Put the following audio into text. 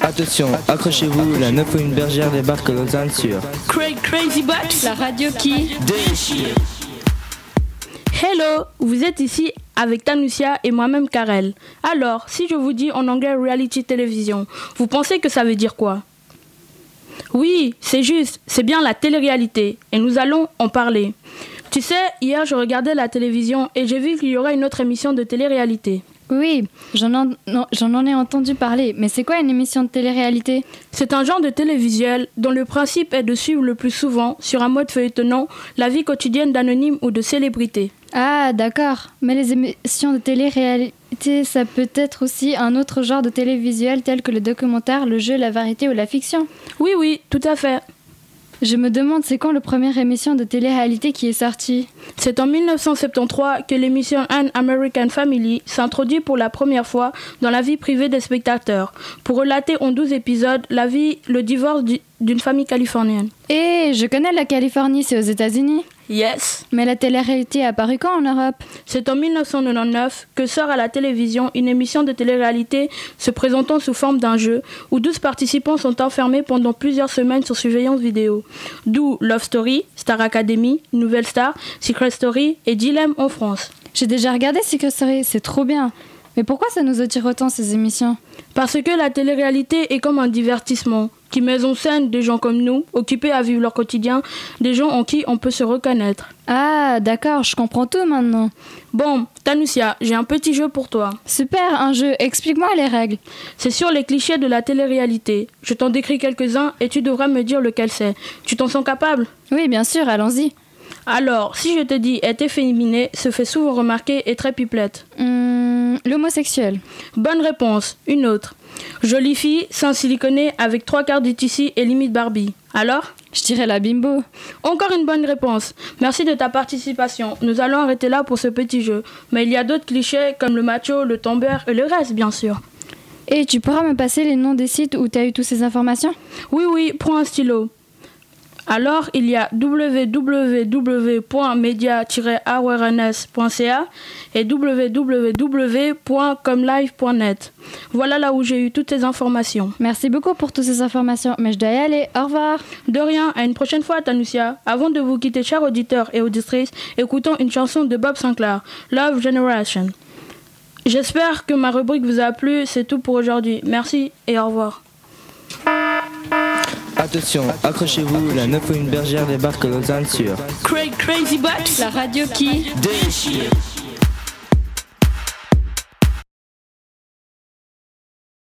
Attention, accrochez-vous, la 9 une bergère débarque à Lausanne sur Craig Crazy Box, La radio qui Déchire Hello, vous êtes ici avec Tanusia et moi-même Karel. Alors, si je vous dis en anglais reality télévision, vous pensez que ça veut dire quoi Oui, c'est juste, c'est bien la télé-réalité et nous allons en parler. Tu sais, hier je regardais la télévision et j'ai vu qu'il y aurait une autre émission de télé-réalité. Oui, j'en en, non, j'en en ai entendu parler, mais c'est quoi une émission de télé-réalité C'est un genre de télévisuel dont le principe est de suivre le plus souvent, sur un mode feuilletonnant, la vie quotidienne d'anonymes ou de célébrités. Ah, d'accord. Mais les émissions de télé-réalité, ça peut être aussi un autre genre de télévisuel tel que le documentaire, le jeu, la variété ou la fiction. Oui, oui, tout à fait. Je me demande c'est quand le première émission de télé-réalité qui est sortie. C'est en 1973 que l'émission An American Family s'introduit pour la première fois dans la vie privée des spectateurs, pour relater en 12 épisodes la vie, le divorce du- d'une famille californienne. Eh, je connais la Californie, c'est aux États-Unis. Yes Mais la télé-réalité est apparue quand en Europe C'est en 1999 que sort à la télévision une émission de télé-réalité se présentant sous forme d'un jeu où 12 participants sont enfermés pendant plusieurs semaines sur surveillance vidéo. D'où Love Story, Star Academy, Nouvelle Star, Secret Story et Dilemme en France. J'ai déjà regardé Secret Story, c'est trop bien. Mais pourquoi ça nous attire autant ces émissions Parce que la télé-réalité est comme un divertissement qui met en scène des gens comme nous, occupés à vivre leur quotidien, des gens en qui on peut se reconnaître. Ah, d'accord, je comprends tout maintenant. Bon, Tanusia, j'ai un petit jeu pour toi. Super, un jeu, explique-moi les règles. C'est sur les clichés de la télé-réalité. Je t'en décris quelques-uns et tu devras me dire lequel c'est. Tu t'en sens capable Oui, bien sûr, allons-y. Alors, si je te dis être efféminé, se fait souvent remarquer et très pipelette. Hum, L'homosexuel. Bonne réponse, une autre. Jolie fille, sans siliconé, avec trois quarts de tissu et limite Barbie. Alors Je dirais la bimbo. Encore une bonne réponse. Merci de ta participation. Nous allons arrêter là pour ce petit jeu. Mais il y a d'autres clichés comme le macho, le tombeur et le reste, bien sûr. Et tu pourras me passer les noms des sites où t'as eu toutes ces informations Oui, oui, prends un stylo. Alors, il y a www.media-awareness.ca et www.comlive.net. Voilà là où j'ai eu toutes ces informations. Merci beaucoup pour toutes ces informations, mais je dois y aller. Au revoir. De rien, à une prochaine fois, Tanusia. Avant de vous quitter, chers auditeurs et auditrices, écoutons une chanson de Bob Sinclair, Love Generation. J'espère que ma rubrique vous a plu. C'est tout pour aujourd'hui. Merci et au revoir. Attention, accrochez-vous, la 9 une bergère débarque à Lausanne sur Craig Crazy La radio qui Déchire